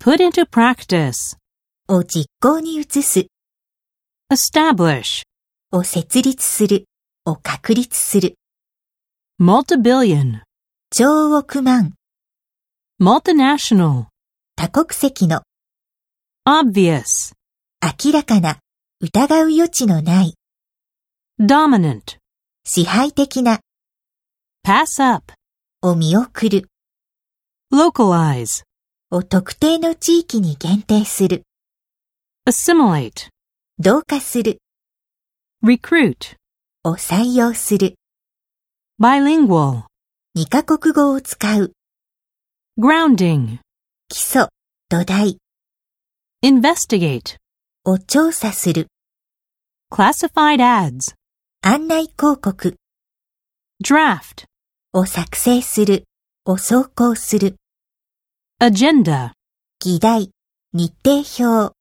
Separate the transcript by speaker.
Speaker 1: Put into practice.
Speaker 2: を実行に移す
Speaker 1: Establish.
Speaker 2: を設立するを確立する
Speaker 1: Multibillion.
Speaker 2: 超億万
Speaker 1: Multinational.
Speaker 2: 多国籍の
Speaker 1: Obvious.
Speaker 2: 明らかな疑う余地のない
Speaker 1: Dominant.
Speaker 2: 支配的な
Speaker 1: Pass up.
Speaker 2: を見送る
Speaker 1: Localize.
Speaker 2: を特定の地域に限定する
Speaker 1: Assimilate.
Speaker 2: 同化する
Speaker 1: Recruit.
Speaker 2: を採用する
Speaker 1: Bilingual.
Speaker 2: 2カ国語を使う
Speaker 1: Grounding.
Speaker 2: 基礎土台
Speaker 1: Investigate.
Speaker 2: を調査する
Speaker 1: Classified ads.
Speaker 2: 案内広告
Speaker 1: Draft.
Speaker 2: を作成するを走行する
Speaker 1: Agenda.
Speaker 2: 議題日程表